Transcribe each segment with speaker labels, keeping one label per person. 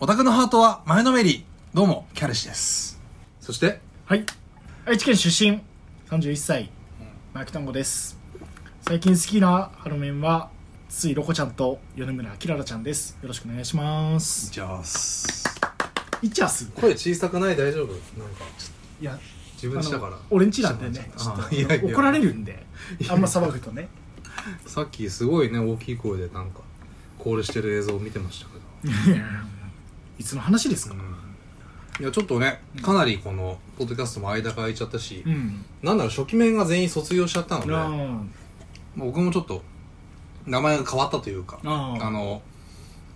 Speaker 1: オタクのハートは前のめり。どうも、キャルシです。そして、
Speaker 2: はい愛知県出身31歳マキタンゴです最近好きなハロメンはついロコちゃんと米村明らちゃんですよろしくお願いします
Speaker 1: じゃあ、
Speaker 2: いっちゃす
Speaker 3: 声小さくない大丈夫なんか
Speaker 2: いや
Speaker 3: 自
Speaker 2: あ
Speaker 3: 分したから
Speaker 2: の俺んちなんでね
Speaker 3: ちょっと
Speaker 2: ちょっと
Speaker 3: いやいや
Speaker 2: 怒られるんであんま騒ぐとね
Speaker 3: さっきすごいね大きい声でなんかコールしてる映像を見てましたけ
Speaker 2: いつの話です
Speaker 3: ど、
Speaker 2: か
Speaker 3: いやちょっとねかなりこのポッドキャストも間が空いちゃったし、
Speaker 2: うん、
Speaker 3: なんなら初期面が全員卒業しちゃったので、
Speaker 2: あ
Speaker 3: まあ
Speaker 2: ー
Speaker 3: 僕もちょっと名前が変わったというか
Speaker 2: あー
Speaker 3: あの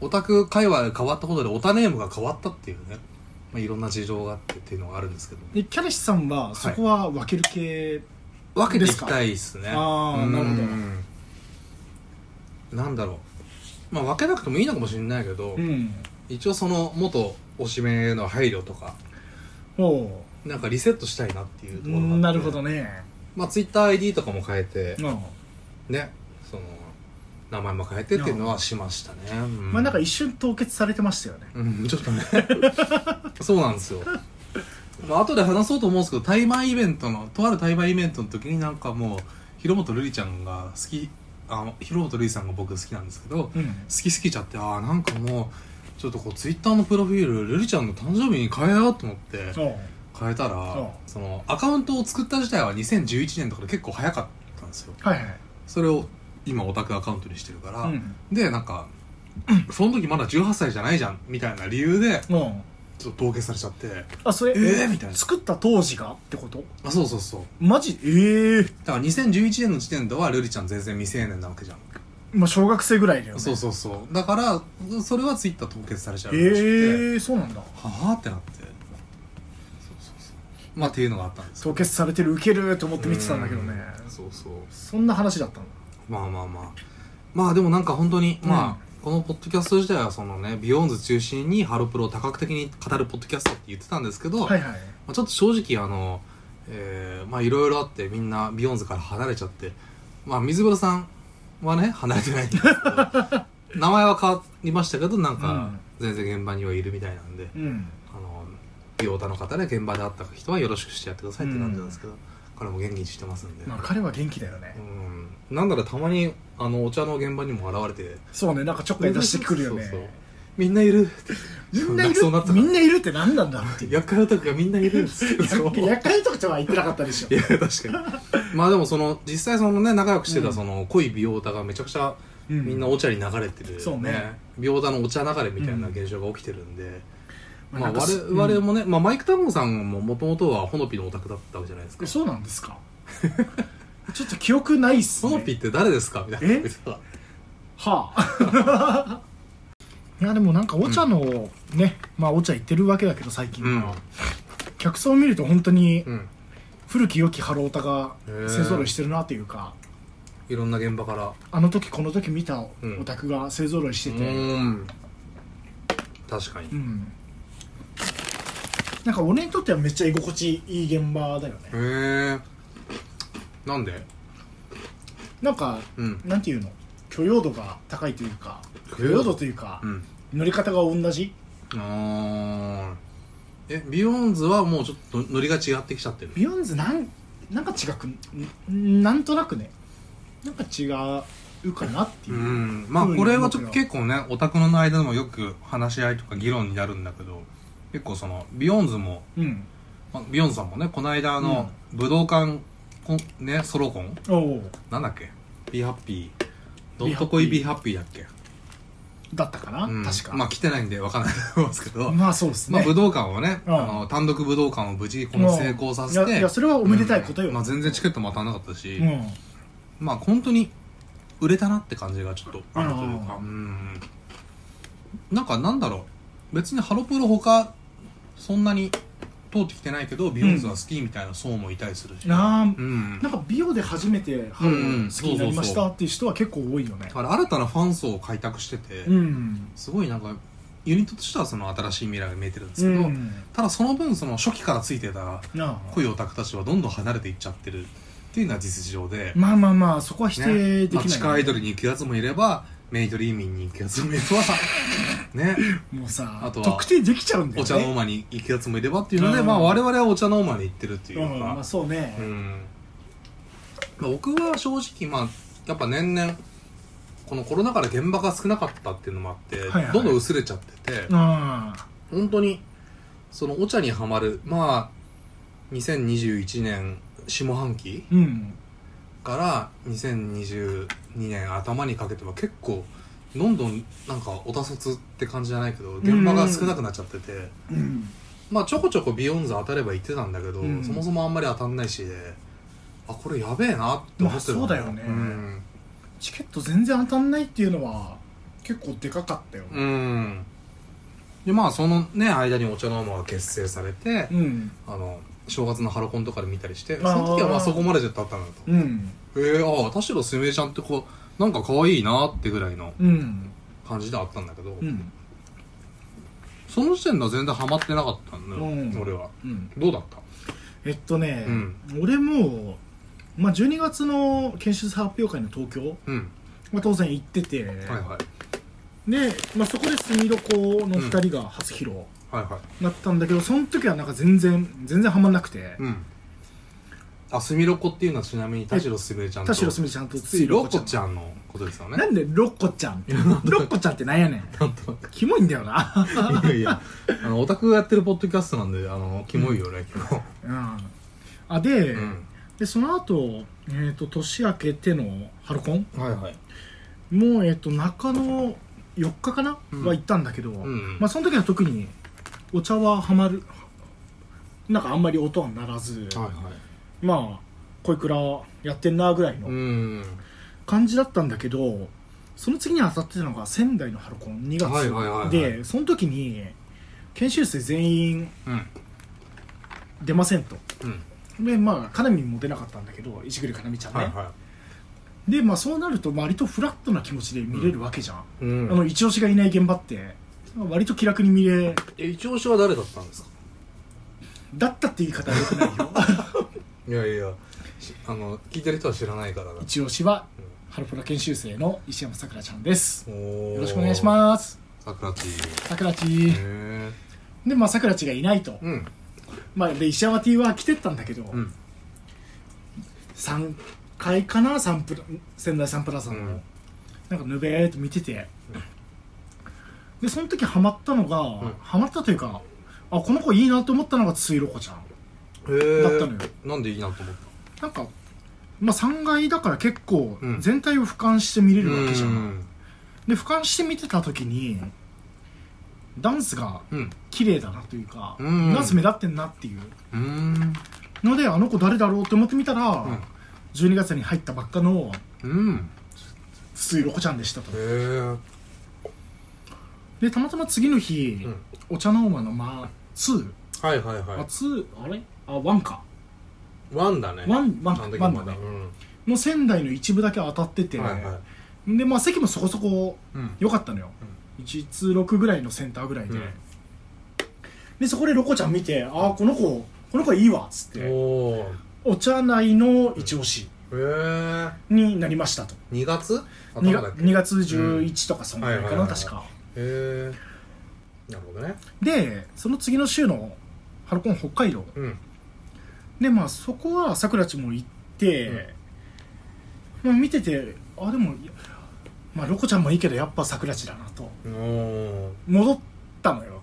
Speaker 3: オタク界隈が変わったことでオタネームが変わったっていうね、まあ、いろんな事情があってっていうのがあるんですけど
Speaker 2: でキャラシさんはそこは分ける系、
Speaker 3: 分けていきたいですね
Speaker 2: ですかあーなるほど
Speaker 3: うんなんだろうまあ分けなくてもいいのかもしれないけど、
Speaker 2: うん
Speaker 3: 一応その元推しメンへの配慮とか
Speaker 2: お
Speaker 3: なんかリセットしたいなっていうところがあって
Speaker 2: なるほどね
Speaker 3: まあ TwitterID とかも変えて
Speaker 2: うん
Speaker 3: ねその名前も変えてっていうのはしましたね、うん
Speaker 2: まあなんか一瞬凍結されてましたよね
Speaker 3: うんちょっとね そうなんですよまあ後で話そうと思うんですけど対マンイベントのとある対マンイベントの時になんかもう広本瑠璃ちゃんが好きあの広本瑠璃さんが僕好きなんですけど、好
Speaker 2: うん
Speaker 3: きすぎちゃってああなんかもうちょっとこうツイッターのプロフィール瑠璃ちゃんの誕生日に変えようと思って
Speaker 2: おう
Speaker 3: 変えたら
Speaker 2: う
Speaker 3: そのアカウントを作った自体は2011年とかで結構早かったんですよ
Speaker 2: はいはい
Speaker 3: それを今オタクアカウントにしてるから、
Speaker 2: うん
Speaker 3: でなんかその時まだ18歳じゃないじゃんみたいな理由で
Speaker 2: うん
Speaker 3: ちょっと凍結されちゃって
Speaker 2: あそれ
Speaker 3: えーみたいな
Speaker 2: 作った当時がってこと
Speaker 3: あそうそうそう
Speaker 2: マジええ
Speaker 3: だから2011年の時点ではルリちゃん全然未成年なわけじゃん、
Speaker 2: まあ小学生ぐらいだよね
Speaker 3: そうそうそうだからそれはツイッター凍結されちゃうらしくて、
Speaker 2: ええそうなんだ
Speaker 3: はあってなってそうそうそうまあっていうのがあったんですよ
Speaker 2: 凍結されてるウケると思って見てたんだけどね
Speaker 3: うんそうそう
Speaker 2: そんな話だったんだ
Speaker 3: まあまあまあまあでもなんか本当に、
Speaker 2: うん
Speaker 3: まあこのポッドキャスト自体はそのねビヨーンズ中心にハロプロを多角的に語るポッドキャストって言ってたんですけど、
Speaker 2: はいはい
Speaker 3: まあ、ちょっと正直あの、えーまあいろいろあってみんなビヨンズから離れちゃってまあ水風呂さんはね離れてないんですけ ど名前は変わりましたけどなんか全然現場にはいるみたいなんで、
Speaker 2: うん
Speaker 3: あの美容家の方で現場で会った人はよろしくしてやってくださいって感じなんですけど、彼も元気にしてますんで、
Speaker 2: まあ彼は元気だよね
Speaker 3: うんなんならたまにあのお茶の現場にも現れて
Speaker 2: そうねなんかちょっかい出してくるよね
Speaker 3: そうそうみんないる
Speaker 2: みんない
Speaker 3: 泣きそうになった
Speaker 2: るみんないるって何なんだろうっていう
Speaker 3: 厄介オタクがみんないるそう
Speaker 2: 厄介とかじゃ言ってなかったでしょ
Speaker 3: いや確かにまあでもその実際そのね仲良くして
Speaker 2: う
Speaker 3: た
Speaker 2: ん
Speaker 3: その濃い美容オタがめちゃくちゃ
Speaker 2: う
Speaker 3: みんなお茶に流れてる、
Speaker 2: そうね
Speaker 3: 美容オタのお茶流れみたいな現象が起きてるんで、
Speaker 2: ま
Speaker 3: ま
Speaker 2: あな
Speaker 3: あ
Speaker 2: んか
Speaker 3: 我
Speaker 2: す
Speaker 3: 々もね、まあ、マイク・タモンさんももともとはほのぴのオタクだったわけじゃないですか
Speaker 2: そうなんです かちょっと記憶ないっす
Speaker 3: ほ
Speaker 2: ね
Speaker 3: のぴって誰ですかみたいな
Speaker 2: えはあ いやでもなんかお茶のね、まあお茶行ってるわけだけど最近
Speaker 3: うん
Speaker 2: は、客層を見ると本当に
Speaker 3: うん
Speaker 2: 古き良きハロータが
Speaker 3: へえ
Speaker 2: 勢ぞろいしてるなというか、
Speaker 3: いろんな現場から
Speaker 2: あの時この時見たオ
Speaker 3: うん
Speaker 2: タクが勢ぞろいして
Speaker 3: う
Speaker 2: て、うん
Speaker 3: ん確かに、
Speaker 2: なんか俺にとってはめっちゃ居心地いい現場だよね
Speaker 3: へえなんで
Speaker 2: なんか
Speaker 3: うん
Speaker 2: なんていうの許容度が高いというか許
Speaker 3: 許
Speaker 2: 容
Speaker 3: 容度
Speaker 2: 度というか、
Speaker 3: うん
Speaker 2: 乗り方が同じ
Speaker 3: あーえビヨーンズはもうちょっとノリが違ってきちゃってる
Speaker 2: ビヨンズなんなんか違くんなんとなくねなんか違うかなって
Speaker 3: う
Speaker 2: いう、
Speaker 3: んまあこれはちょっと結構ねオタクの間でもよく話し合いとか議論になるんだけど結構そのビヨーンズも
Speaker 2: うん
Speaker 3: まあビヨーンズさんもねこの間あの、武道館コンねソロコン
Speaker 2: おお
Speaker 3: なんだっけビハッピーど
Speaker 2: Be
Speaker 3: っとこいビハッピーだっけ、
Speaker 2: だったかな、
Speaker 3: うん
Speaker 2: 確か
Speaker 3: ま
Speaker 2: ま
Speaker 3: あ来てないんでわかんないと思いますけど、
Speaker 2: あ、そうですね、
Speaker 3: まあ武道館をね、
Speaker 2: うん
Speaker 3: あの単独武道館を無事この成功させ
Speaker 2: いやい
Speaker 3: て
Speaker 2: やそれはおめでたいことよ、
Speaker 3: うんまあ、全然チケットも当たらなかったし、
Speaker 2: うん
Speaker 3: まあ本当に売れたなって感じがちょっとあるというか
Speaker 2: あー
Speaker 3: うんなんかなんだろう別にハロプロ他そんなに通ってきてないけどビヨンズは好きみたいな層もいたりするし、うん
Speaker 2: なあなんか美容で初めてハロ
Speaker 3: うんうん
Speaker 2: ー好きになりまし
Speaker 3: そうそう
Speaker 2: たっていう人は結構多いよね
Speaker 3: だから新たなファン層を開拓してて、
Speaker 2: うん
Speaker 3: すごいなんかユニットとしてはその新しい未来が見えてるんです
Speaker 2: う
Speaker 3: けど、
Speaker 2: ん
Speaker 3: ただその分その初期からついてた
Speaker 2: なあ
Speaker 3: 濃いオタクたちはどんどん離れていっちゃってるっていうのは実情で、
Speaker 2: まあまあまあそこは否
Speaker 3: ね
Speaker 2: 定でき
Speaker 3: ま
Speaker 2: な
Speaker 3: あ
Speaker 2: い、
Speaker 3: 地下アイドルに行くやつもいればメイドリーミンに行くやつもいれ ばね
Speaker 2: もうさ
Speaker 3: あとは
Speaker 2: 特定できちゃうんだよね
Speaker 3: お茶の間に行くやつもいればっていうので、
Speaker 2: うん
Speaker 3: まあ我々はお茶の間に行ってるっていううんか、
Speaker 2: まあそうね、
Speaker 3: うんまあ僕は正直まあやっぱ年々このコロナ禍で現場が少なかったっていうのもあって、
Speaker 2: はいはい
Speaker 3: どんどん薄れちゃってて、
Speaker 2: うん
Speaker 3: 本当にそのお茶にはまるまあ2021年下半期
Speaker 2: うん
Speaker 3: から2022年頭にかけては結構どんどんなんかおたそつって感じじゃないけど現場が少なくなっちゃってて、
Speaker 2: うん
Speaker 3: まあちょこちょこビヨンズ当たれば言ってたんだけど、
Speaker 2: うん
Speaker 3: そもそもあんまり当たんないしであこれやべえなって思ってる
Speaker 2: まあそうだよね
Speaker 3: うん、
Speaker 2: チケット全然当たんないっていうのは結構でかかったよ
Speaker 3: うんでまあそのね間にお茶の間が結成されて、
Speaker 2: うん
Speaker 3: あの正月のハロコンとかで見たりして
Speaker 2: あ
Speaker 3: そ
Speaker 2: ー
Speaker 3: の時はまあそこまでじゃだったんだと
Speaker 2: うん
Speaker 3: えー、ああ田代すみれちゃんってこうなんか可愛いなってぐらいの
Speaker 2: うん
Speaker 3: 感じではあったんだけど、
Speaker 2: うん
Speaker 3: その時点では全然ハマってなかったんだよ、
Speaker 2: うん
Speaker 3: 俺は
Speaker 2: うん
Speaker 3: どうだった
Speaker 2: えっとね、
Speaker 3: うん
Speaker 2: 俺もまあ12月の研修生発表会の東京
Speaker 3: うん、
Speaker 2: まあ当然行ってて、
Speaker 3: はいはい
Speaker 2: で、まあ、そこでスミロコの2人が初披露
Speaker 3: はいはい
Speaker 2: だったんだけど、その時はなんか全然全然ハマんなくて、
Speaker 3: うん。あ、すみろこっていうのはちなみに田代すみれちゃんと。
Speaker 2: 田代すみれちゃんと
Speaker 3: ついろこち
Speaker 2: ゃん
Speaker 3: ゃんのことですよね。
Speaker 2: なんでロッコちゃんってロッコちゃんってなんやねん
Speaker 3: なんと な
Speaker 2: キモいんだよな
Speaker 3: く。いやいや、あの、オタクがやってるポッドキャストなんで、あの、キモいよね、今日。
Speaker 2: うんあで,、
Speaker 3: うん。
Speaker 2: でその後、えー、と年明けてのハロコン
Speaker 3: はいはい。
Speaker 2: もう、えー、と中野4日かな、
Speaker 3: うん
Speaker 2: は行ったんだけど、
Speaker 3: ん
Speaker 2: まあ、その時は特にお茶はハマるなんかあんまり音はならず、
Speaker 3: はいは
Speaker 2: まあ恋くらやってんなぐらい
Speaker 3: い。
Speaker 2: の
Speaker 3: うん。
Speaker 2: 感じだったんだけどその次に当たってたのが仙台のハロコン2月、
Speaker 3: はいはいはいはい
Speaker 2: でその時に研修生全員
Speaker 3: うん。
Speaker 2: 出ませんと
Speaker 3: うん。
Speaker 2: でまあかなみんも出なかったんだけど石栗かなみちゃんね、
Speaker 3: はいは
Speaker 2: でまあそうなると割とフラットな気持ちで見れるわけじゃ
Speaker 3: い。
Speaker 2: ん、
Speaker 3: うん。
Speaker 2: あの一押しがいない現場ってまあ割と気楽に見れ
Speaker 3: え、一押しは誰だったんですか
Speaker 2: だったって言い方はよ くないよ
Speaker 3: いやいや、しあの、聞いてる人は知らないからな。
Speaker 2: 一押しはハロプロ研修生の石山さくらちゃんです
Speaker 3: よ
Speaker 2: よろしくお願いします
Speaker 3: す。さくらち。
Speaker 2: さくらち
Speaker 3: へえ。
Speaker 2: でまあさくらちがいないと、
Speaker 3: うん。
Speaker 2: まあで石山 T は来てったんだけど、
Speaker 3: うん。
Speaker 2: 3階かなサンプラ仙台サンプラザの、
Speaker 3: うん
Speaker 2: なんかぬべーっと見てて、でその時ハマったのが、
Speaker 3: ん
Speaker 2: ハマったというかあこの子いいなと思ったのがついろこちゃん
Speaker 3: へえ。
Speaker 2: だったのよ
Speaker 3: なんでいいなと思っ
Speaker 2: なんか、まあ、3階だから結構
Speaker 3: うん
Speaker 2: 全体を俯瞰して見れ
Speaker 3: た
Speaker 2: るわけじゃん、
Speaker 3: うん。
Speaker 2: で俯瞰して見てた時にダンスが
Speaker 3: うん。
Speaker 2: 綺麗だなというか、
Speaker 3: うん
Speaker 2: ダンス目立ってんなっていう
Speaker 3: うん。
Speaker 2: のであの子誰だろうって思ってみたら、
Speaker 3: ん
Speaker 2: 12月に入ったばっかの
Speaker 3: うん。
Speaker 2: 筒井ロコちゃんでしたと
Speaker 3: へえ。
Speaker 2: でたまたま次の日、
Speaker 3: うん
Speaker 2: お茶の間の間2、
Speaker 3: はいはいは
Speaker 2: あ2あれあ1か
Speaker 3: い。ワンだね。
Speaker 2: ワンワン
Speaker 3: あの時
Speaker 2: ワン
Speaker 3: ま
Speaker 2: だね
Speaker 3: うん。
Speaker 2: の仙台の一部だけ当たってて、
Speaker 3: はいはい。
Speaker 2: でまあ席もそこそこ
Speaker 3: うん。
Speaker 2: 良かったのよ、1通6ぐらいのセンターぐらいで、
Speaker 3: うん
Speaker 2: でそこでロコちゃん見てああこの子この子いいわっつって
Speaker 3: おー。
Speaker 2: お茶内の一押し
Speaker 3: へー。
Speaker 2: になりましたと、
Speaker 3: 2月
Speaker 2: 二
Speaker 3: 頭だっけ
Speaker 2: 2, 月11とかそんぐらいかな、
Speaker 3: はいはいはい
Speaker 2: 確か
Speaker 3: へー。なるほどね。
Speaker 2: でその次の週のハロコン北海道
Speaker 3: うん。
Speaker 2: でまあそこはさくらちも行って、まあ、見ててあでもいやまあロコちゃんもいいけどやっぱさくらちだなと
Speaker 3: おー。
Speaker 2: 戻ったのよ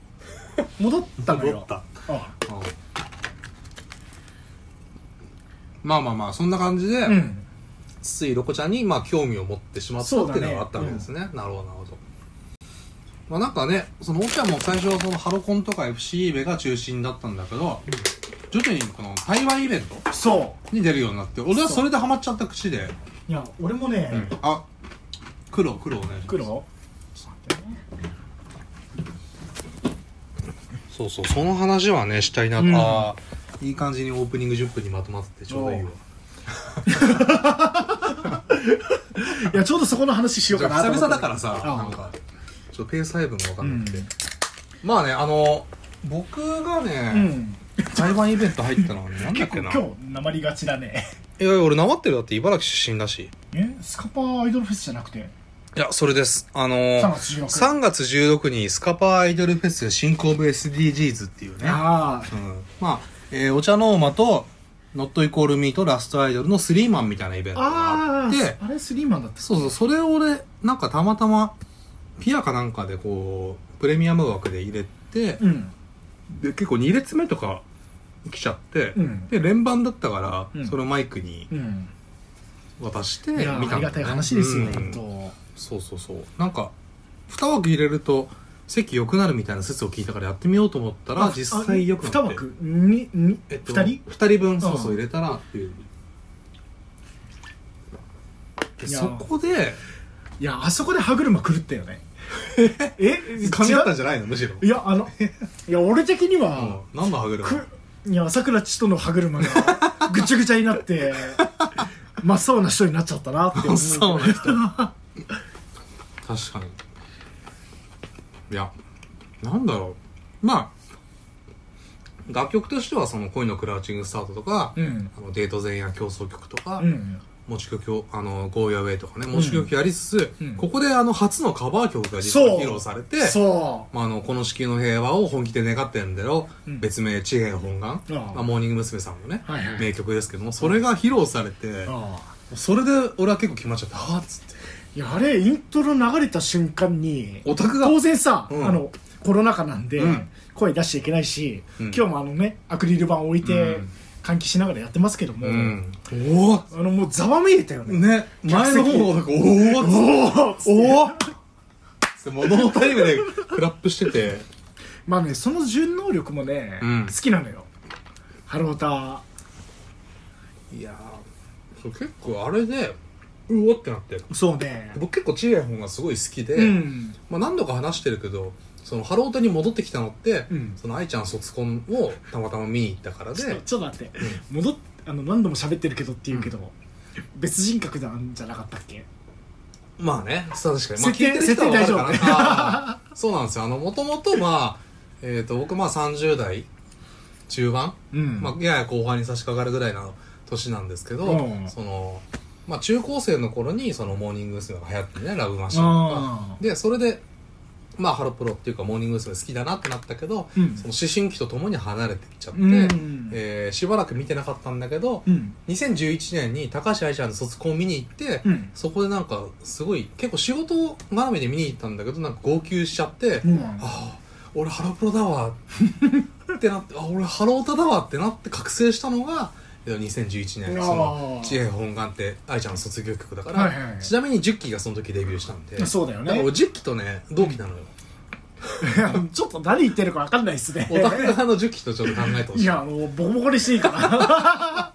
Speaker 2: 戻ったの よ
Speaker 3: 戻った
Speaker 2: あ
Speaker 3: うんまあまあまあ、そんな感じで
Speaker 2: う、ん
Speaker 3: 筒井ロコちゃんに、まあ、興味を持ってしまった
Speaker 2: そう
Speaker 3: って
Speaker 2: だ
Speaker 3: いう
Speaker 2: ね
Speaker 3: のがあったわけですね。なるほど、なるほど。まあなんかね、そのお茶も最初はそのハロコンとか FC イベが中心だったんだけど、徐々にこの台湾イベント
Speaker 2: そ
Speaker 3: に出るようになって、俺はそれでハマっちゃった口で、
Speaker 2: ういや俺もね、
Speaker 3: あ、黒、黒お願いします。
Speaker 2: 黒
Speaker 3: そうそう、その話はね、したいなと。
Speaker 2: うん
Speaker 3: あーいい感じにオープニング10分にまとまっててちょうどいいわ。
Speaker 2: いやちょうどそこの話しよう
Speaker 3: じゃ
Speaker 2: かな
Speaker 3: あ
Speaker 2: と
Speaker 3: 久
Speaker 2: 思っ
Speaker 3: 々だ
Speaker 2: て
Speaker 3: からさ、
Speaker 2: ああ
Speaker 3: なんか、ちょっとペース配分がわか
Speaker 2: うんん
Speaker 3: なくて。まあね、あの、僕が
Speaker 2: う
Speaker 3: ね、
Speaker 2: ん
Speaker 3: 台湾イベント入ったのはねなんだっ
Speaker 2: 結構
Speaker 3: け
Speaker 2: 今
Speaker 3: な。
Speaker 2: 日なまりがちだね
Speaker 3: いやいや俺なまってるだって茨城出身だし
Speaker 2: えスカパーアイドルフェスじゃなくて
Speaker 3: いや、それです。あのー、
Speaker 2: 3月16
Speaker 3: 3月16日にスカパーアイドルフェス進行部 SDGs っていうね、
Speaker 2: あ
Speaker 3: うんまあ、えーお茶の間と、ノットイコールミーとラストアイドルのスリーマンみたいなイベン
Speaker 2: あ
Speaker 3: トがあっ
Speaker 2: ああ
Speaker 3: て、
Speaker 2: あれスリーマンだった
Speaker 3: そうそう、それを俺、なんかたまたま、ピアかなんかでこう、プレミアム枠で入れて、
Speaker 2: うん
Speaker 3: で、結構2列目とか来ちゃって、
Speaker 2: うん
Speaker 3: で、連番だったから、
Speaker 2: うん
Speaker 3: それをマイクに
Speaker 2: うん
Speaker 3: 渡して、
Speaker 2: いや
Speaker 3: 見
Speaker 2: あ
Speaker 3: たんだよね
Speaker 2: りがたい話ですよ、
Speaker 3: うん
Speaker 2: 本当
Speaker 3: そうそうそうなんか2枠入れると席良くなるみたいな説を聞いたからやってみようと思ったら実際良くなって
Speaker 2: 2枠にに、
Speaker 3: えっと、
Speaker 2: 2人
Speaker 3: ?2 人分そうそう入れたらっていう、で
Speaker 2: いや
Speaker 3: そこで
Speaker 2: いやあそこで歯車狂ったよ ねえ
Speaker 3: 噛み合ったん
Speaker 2: 違
Speaker 3: じゃないのむしろ
Speaker 2: ういや あのいや俺的には、
Speaker 3: うん、何の歯車
Speaker 2: くいやさくらちとの歯 車がぐちゃぐちゃになって真っ青な人になっちゃったなって思う
Speaker 3: そうな人確かにいやなんだろうまあ楽曲としてはその恋のクラウチングスタートとか、
Speaker 2: うん
Speaker 3: あのデート前夜競争曲とか、
Speaker 2: うん
Speaker 3: 持ち曲を、あの、ゴーヤウェイとかね、持ち曲やりつつ、
Speaker 2: うん
Speaker 3: ここであの、初のカバー曲が実
Speaker 2: そ
Speaker 3: は
Speaker 2: う
Speaker 3: 披露されて、
Speaker 2: そ
Speaker 3: まあ、あの、この地球の平和を本気で願ってんだろ、
Speaker 2: うん
Speaker 3: 別名、地平本願、
Speaker 2: ああ
Speaker 3: まあ、モーニング娘。さんのね、
Speaker 2: はいはい
Speaker 3: 名曲ですけども、それが披露されて
Speaker 2: う、ああ
Speaker 3: それで俺は結構決まっちゃって、はぁっつって。
Speaker 2: いやあれイントロ流れた瞬間に
Speaker 3: オタクが、
Speaker 2: 当然さ、
Speaker 3: うん
Speaker 2: あのコロナ禍なんで、
Speaker 3: うん
Speaker 2: 声出しちゃいけないし、
Speaker 3: うん
Speaker 2: 今日もあのねアクリル板置いて、
Speaker 3: うん
Speaker 2: 換気しながらやってますけども、
Speaker 3: うん。おぉ
Speaker 2: あのもうざわめいたよね、
Speaker 3: ね、前の方が、お
Speaker 2: お
Speaker 3: ぉっ
Speaker 2: ー
Speaker 3: つって、おぉっつって、物語タイムでクラップしてて、
Speaker 2: まあねその順能力もね、
Speaker 3: うん
Speaker 2: 好きなのよハロータ
Speaker 3: いやーそう結構あれで、うおってなって。
Speaker 2: そうね
Speaker 3: 僕結構ちいやほんがすごい好きで、
Speaker 2: うん
Speaker 3: まあ、何度か話してるけどそのハロータに戻ってきたのって、
Speaker 2: うん
Speaker 3: その愛ちゃん卒コンをたまたま見に行ったから
Speaker 2: ちょっと
Speaker 3: で
Speaker 2: ちょっと待って、戻っあの何度も喋ってるけどって言うけど、別人格なんじゃなかったっけ
Speaker 3: まあねそう確かに、まあ、
Speaker 2: 設定
Speaker 3: 聞いてる人は分かるかな
Speaker 2: 設定
Speaker 3: あーそうなんですよあのもともとまあえっ、と僕まあ30代中盤、
Speaker 2: うん
Speaker 3: まあ、やや後半に差し掛かるぐらいの年なんですけど、
Speaker 2: うん
Speaker 3: そのまあ中高生の頃にそのモーニング娘。が流行ってねラブマシーンとか
Speaker 2: あ
Speaker 3: でそれでまあハロプロっていうかモーニング娘。好きだなってなったけど、
Speaker 2: うん
Speaker 3: その思春期とともに離れてきちゃって、
Speaker 2: うん
Speaker 3: えーしばらく見てなかったんだけど、
Speaker 2: うん
Speaker 3: 2011年に高橋愛ちゃんの卒コン見に行って、
Speaker 2: うん
Speaker 3: そこでなんかすごい結構仕事絡みで見に行ったんだけどなんか号泣しちゃって、
Speaker 2: うん
Speaker 3: ああ俺ハロプロだわってなってあ俺ハロータだわってなって覚醒したのが2011年その
Speaker 2: あー
Speaker 3: 知恵本願って愛ちゃんの卒業曲だから、
Speaker 2: はいはい
Speaker 3: ちなみに10期がその時デビューしたんで
Speaker 2: そうだよね
Speaker 3: から俺10期とね同期なのよ、
Speaker 2: ちょっと何言ってるか分かんないっすね
Speaker 3: オタク派の10期とちょっと考えてほし
Speaker 2: い
Speaker 3: い
Speaker 2: やもうボコボコにしていいから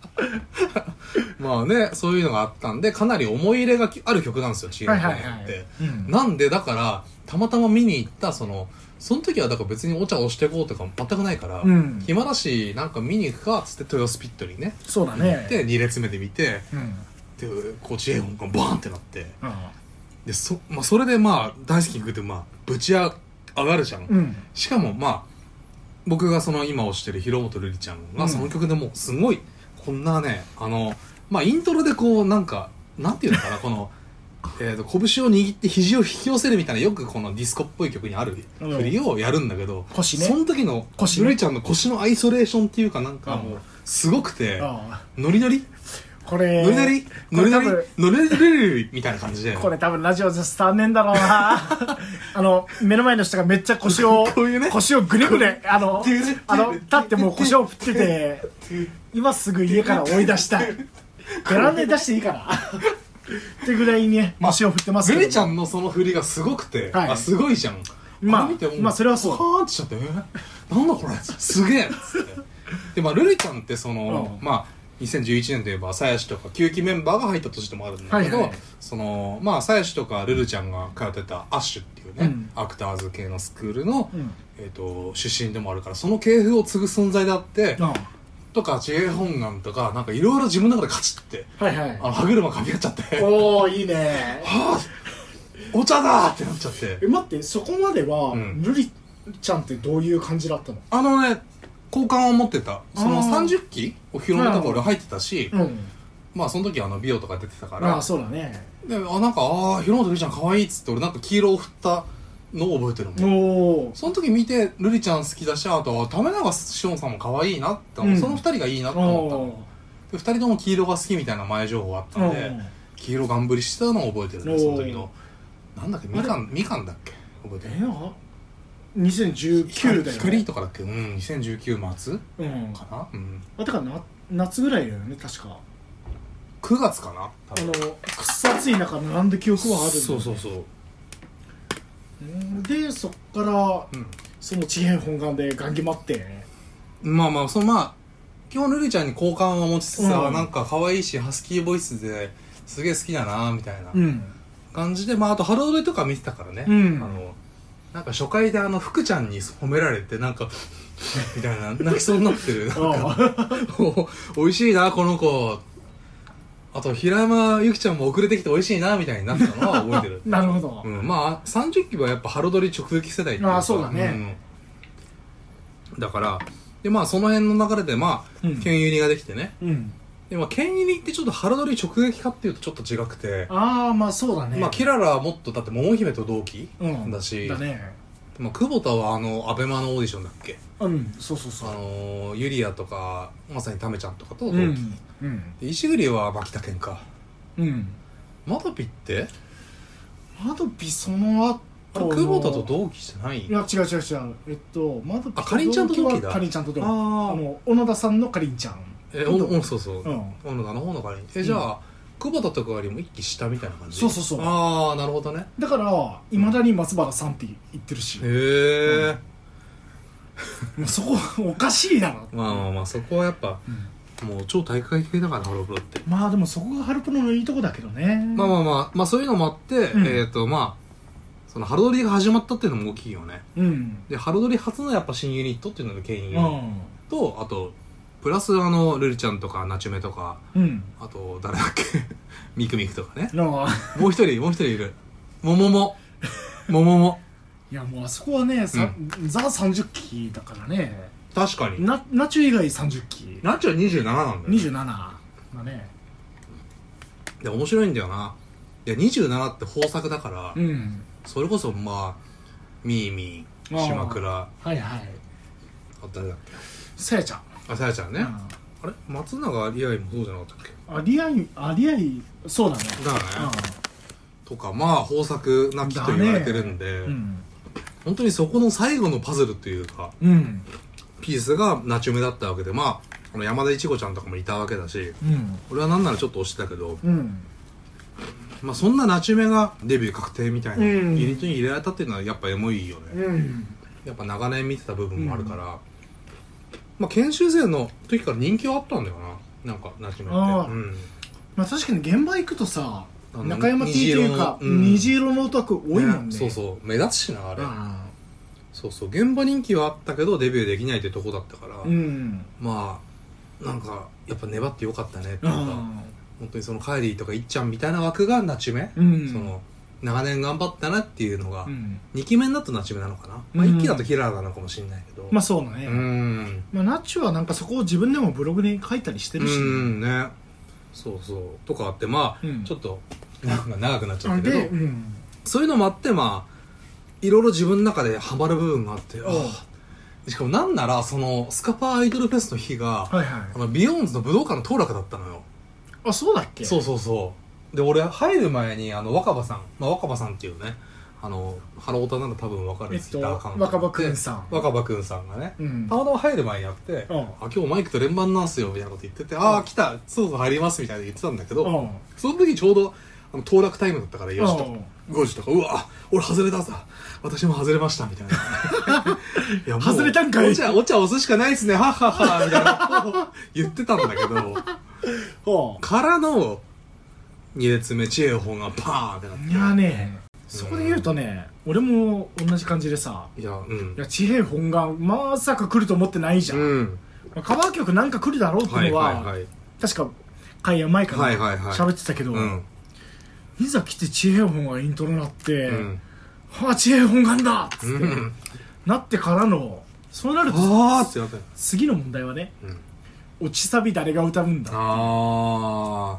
Speaker 3: まあねそういうのがあったんでかなり思い入れがきある曲なんですよ知恵本願って、
Speaker 2: はいはいはいうん
Speaker 3: なんでだからたまたま見に行ったそのその時はだから別にお茶をしていこうとか全くないから、
Speaker 2: うん
Speaker 3: 暇だしなんか見に行くかっつって豊洲ピットにね
Speaker 2: そうだ
Speaker 3: っ
Speaker 2: ね
Speaker 3: て2列目で見て
Speaker 2: うん
Speaker 3: でこう知恵本がバーンってなって
Speaker 2: あ
Speaker 3: でそ,、まあ、それでまあ大好きに食ってまあぶち上がるじゃん、
Speaker 2: ーうん
Speaker 3: しかもまあ僕がその今推してる広本瑠璃ちゃん
Speaker 2: う
Speaker 3: が
Speaker 2: ん
Speaker 3: その曲でもうすごいこんなねあのまあイントロでこうなんかなんていうのかなこの えーと拳を握って肘を引き寄せるみたいなよくこのディスコっぽい曲にある
Speaker 2: うん
Speaker 3: 振りをやるんだけど、
Speaker 2: 腰ね
Speaker 3: その時の
Speaker 2: 腰
Speaker 3: 瑠
Speaker 2: ね
Speaker 3: 璃ちゃんの腰のアイソレーションっていうかなんかも
Speaker 2: う
Speaker 3: うんすごくて、
Speaker 2: あ
Speaker 3: ノリノリ
Speaker 2: ーこれ
Speaker 3: ノリノリ
Speaker 2: こ
Speaker 3: ノ
Speaker 2: れ
Speaker 3: リ
Speaker 2: 多
Speaker 3: ノリ
Speaker 2: 分
Speaker 3: ノリノリみたいな感じで
Speaker 2: これ多分ラジオじゃ伝わんねえんだろ うなあの目の前の人がめっちゃ腰を
Speaker 3: こういうね
Speaker 2: 腰をぐねぐねあの
Speaker 3: こういう
Speaker 2: あの立ってもう腰を振ってて今すぐ家から追い出したいベランダに出していいからってぐらいね
Speaker 3: まあ
Speaker 2: 腰を振ってますけ
Speaker 3: ル
Speaker 2: ど
Speaker 3: リちゃんのその振りがすごくて、
Speaker 2: はい
Speaker 3: あすごいじゃん
Speaker 2: まあ
Speaker 3: れ見ても
Speaker 2: まあそれはそう
Speaker 3: カーンってしちゃってえなんだこれすげえっつってでまあルリちゃんってその、
Speaker 2: うん
Speaker 3: まあ2011年といえば鞘師とか旧期メンバーが入った年でもあるんだけど、
Speaker 2: はいはい
Speaker 3: そのまあ鞘師とかルルちゃんが通ってたアッシュっていうね、
Speaker 2: うん
Speaker 3: アクターズ系のスクールの、
Speaker 2: うん
Speaker 3: えー、と出身でもあるからその系譜を継ぐ存在であって、
Speaker 2: あ
Speaker 3: とか J 本願とかなんかいろいろ自分の中でカチッって
Speaker 2: ーはいはい
Speaker 3: あの歯車かみ合っちゃって
Speaker 2: おおいいね
Speaker 3: はあお茶だってなっちゃって
Speaker 2: え待ってそこまでは、
Speaker 3: うん
Speaker 2: ルリちゃんってどういう感じだったの
Speaker 3: あのね好感を持ってたその
Speaker 2: あー
Speaker 3: 30期お披露目とか俺入ってたし、
Speaker 2: うん
Speaker 3: まあその時あの美容とか出てたから
Speaker 2: ああそうだね
Speaker 3: であなんかああ広本瑠璃ちゃん可愛いっつって俺なんか黄色を振ったのを覚えてるもん
Speaker 2: おお
Speaker 3: その時見て瑠璃ちゃん好きだしあとは為永紫音さんも可愛いなって、
Speaker 2: うん
Speaker 3: その二人がいいなって思ったの
Speaker 2: お
Speaker 3: で二人とも黄色が好きみたいな前情報あったんで
Speaker 2: ー
Speaker 3: 黄色頑張りしてたのを覚えてる
Speaker 2: お
Speaker 3: ね
Speaker 2: ー
Speaker 3: その時のなんだっけみかんみかんだっけ覚えてる
Speaker 2: えあ2019だよ、ね、
Speaker 3: 光とかだっけうん2019末
Speaker 2: うん
Speaker 3: かな、うん、
Speaker 2: あだからな夏ぐらいだよね確か
Speaker 3: 9月かな多
Speaker 2: あ
Speaker 3: 分
Speaker 2: のくっさつい中並んで記憶はあるんだよね
Speaker 3: そうそうそう
Speaker 2: うんでそっから
Speaker 3: うん
Speaker 2: その地平本願でガン決まって
Speaker 3: まあまあそのまあ基本ルリちゃんに好感は持ちつつさ、
Speaker 2: うん
Speaker 3: なんか可愛いしハスキーボイスですげえ好きだなみたいな
Speaker 2: うん
Speaker 3: 感じで、まああとハロードイとか見てたからね、
Speaker 2: うん
Speaker 3: あのなんか初回であの福ちゃんに褒められてなんか みたいな泣きそうになってるなんか
Speaker 2: ああ
Speaker 3: お美味しいなこの子あと平山由紀ちゃんも遅れてきて美味しいなみたいになった のは覚えてる
Speaker 2: なるほど、
Speaker 3: うん、まあ30期はやっぱハロドリ直撃世代っていか
Speaker 2: あーそうだね、
Speaker 3: うんだからでまあその辺の流れでまあ、
Speaker 2: うん
Speaker 3: 剣ユニができてね
Speaker 2: うん
Speaker 3: でまあ剣ユニってちょっとハロドリ直撃かっていうとちょっと違くて
Speaker 2: ああまあそうだね
Speaker 3: まあキララはもっとだって桃姫と同期
Speaker 2: うん
Speaker 3: だし、
Speaker 2: だね
Speaker 3: まあ、久保田はあのアベマのオーディションだっけ
Speaker 2: うんそうそうそ
Speaker 3: あ
Speaker 2: う
Speaker 3: のーユリアとかまさにタメちゃんとかと同
Speaker 2: う
Speaker 3: 期、
Speaker 2: んうん
Speaker 3: で石栗は牧田健か
Speaker 2: うん
Speaker 3: マドピって
Speaker 2: マドピその後
Speaker 3: あれ
Speaker 2: の
Speaker 3: 久保田と同期してない
Speaker 2: いや違う違う違うえっとまだ
Speaker 3: あかりんちゃんと同期だ
Speaker 2: かりんちゃんと同期あ
Speaker 3: ああ
Speaker 2: の小野田さんのかりんちゃん
Speaker 3: えおおそうそう、
Speaker 2: うん
Speaker 3: 小野田の方の代わりにえじゃあ、久保田とかよりも一気下みたいな感じ
Speaker 2: そうそうそう
Speaker 3: ああなるほどね
Speaker 2: だからいまだに松原さんって言ってるし
Speaker 3: へえ、
Speaker 2: もうそこおかしいなろ
Speaker 3: まあまあまあそこはやっぱ、もう超体育会系だからハロプロって
Speaker 2: まあでもそこがハルプロのいいとこだけどね
Speaker 3: まあまあまあまあそういうのもあって、
Speaker 2: ん
Speaker 3: えっ、とまあそのハロドリが始まったっていうのも大きいよね
Speaker 2: うん
Speaker 3: でハロドリ初のやっぱ新ユニットっていうのがケインユニ
Speaker 2: う
Speaker 3: ッ
Speaker 2: ん
Speaker 3: トとあとプラスあのルルちゃんとかナチュメとか
Speaker 2: うん
Speaker 3: あと誰だっけ ミクミクとかね
Speaker 2: の
Speaker 3: もう一人もう一人いるもももももも
Speaker 2: いやもうあそこはね、さザ30期だからね
Speaker 3: 確かに
Speaker 2: なナチュ以外30期
Speaker 3: ナチュは27なんだよ
Speaker 2: 27だね
Speaker 3: で面白いんだよないや27って豊作だから、
Speaker 2: うん
Speaker 3: それこそまあミーミー島倉あ
Speaker 2: はいはい
Speaker 3: 誰だっ
Speaker 2: さやちゃん
Speaker 3: けあさやちゃんね、あれ松永リアイもそうじゃなかったっけ
Speaker 2: うんあリアイあリアイそうだね
Speaker 3: だよね、とかまあ豊作なきと言われてるんで、
Speaker 2: うんうん
Speaker 3: 本当にそこの最後のパズルというか
Speaker 2: うん
Speaker 3: ピースがナチュメだったわけでまああの山田いちごちゃんとかもいたわけだし
Speaker 2: うん
Speaker 3: 俺はなんならちょっと推してたけど、
Speaker 2: うん
Speaker 3: まあ、そんなナチュメがデビュー確定みたいな
Speaker 2: う
Speaker 3: ユ
Speaker 2: ん
Speaker 3: ニットに入れられたっていうのはやっぱエモいよね、
Speaker 2: うん
Speaker 3: やっぱ長年見てた部分もあるから、まあ研修生の時から人気はあったんだよななんかなじめって
Speaker 2: ああ
Speaker 3: うん
Speaker 2: まあ確かに現場行くとさ
Speaker 3: あの
Speaker 2: 中山 T というか
Speaker 3: 虹色のうん
Speaker 2: 虹色のオタク多いもんね
Speaker 3: そうそう目立つしなあれ、
Speaker 2: あ
Speaker 3: そうそう現場人気はあったけどデビューできないってとこだったから、
Speaker 2: あうん
Speaker 3: まあなんかやっぱ粘ってよかったねっていうか、
Speaker 2: あ
Speaker 3: 本当にそのカイリーとかいっちゃんみたいな枠がナチュメ、
Speaker 2: あうん
Speaker 3: その長年頑張ったなっていうのが、
Speaker 2: うん
Speaker 3: 二2期目になったナチュメなのかな、まあ、
Speaker 2: うん
Speaker 3: 1期だとキラーなのかもしれないけど
Speaker 2: まあそうだ
Speaker 3: う
Speaker 2: ね
Speaker 3: ん
Speaker 2: まあナッチはなんかそこを自分でもブログに書いたりしてるし
Speaker 3: う
Speaker 2: ね
Speaker 3: んねそうそうとかあってまあ、
Speaker 2: うん
Speaker 3: ちょっとなんか長くなっちゃ
Speaker 2: な
Speaker 3: っ
Speaker 2: ん
Speaker 3: たけ
Speaker 2: で
Speaker 3: ど
Speaker 2: うん
Speaker 3: そういうのもあってまあいろいろ自分の中でハマる部分があってああしかもなんならそのスカパーアイドルフェスの日が、
Speaker 2: はいはい
Speaker 3: あのビヨーンズの武道館の当落だったのよ
Speaker 2: あそうだっけ
Speaker 3: そうそうそうで俺入る前にあの若葉さん、まあ、若葉さんっていうねあのハロオタなら多分分か
Speaker 2: え
Speaker 3: る
Speaker 2: っと
Speaker 3: ターアカウント
Speaker 2: 若葉くんさん
Speaker 3: 若葉くんさんがね、
Speaker 2: うん
Speaker 3: たまたま入る前にやって「
Speaker 2: うん
Speaker 3: あ今日マイクと連番なんすよ」みたいなこと言ってて「ああ来たそろそろ入ります」みたいな言ってたんだけど、
Speaker 2: うん
Speaker 3: その時ちょうどあの当落タイムだったから4時とか
Speaker 2: うん
Speaker 3: 5時とか「うわ俺外れたさ私も外れました」みたいな いやもう
Speaker 2: 外れたんかい
Speaker 3: お茶お茶押すしかないっすねはっはっは」みたいなことを言ってたんだけど
Speaker 2: ほ
Speaker 3: からの2列目チエホンがパーンってなっ
Speaker 2: ういやねそこで言うとね俺も同じ感じでさ
Speaker 3: ていやうん
Speaker 2: いや地平本願まさか来ると思ってないじゃん、
Speaker 3: うん
Speaker 2: まあ、カバー曲なんか来るだろうって
Speaker 3: はい
Speaker 2: のは,、
Speaker 3: はいはい
Speaker 2: 確か開演前か
Speaker 3: は
Speaker 2: ら
Speaker 3: いはいはい
Speaker 2: 喋ってたけど、
Speaker 3: うん、
Speaker 2: いざ来て地平本がイントロになって、
Speaker 3: うん
Speaker 2: はあ地平本願だっつって、
Speaker 3: うん、
Speaker 2: なってからのそうなると
Speaker 3: ああってなったよ
Speaker 2: 次の問題はね
Speaker 3: うん
Speaker 2: 落ちサビ誰が歌うんだ
Speaker 3: あ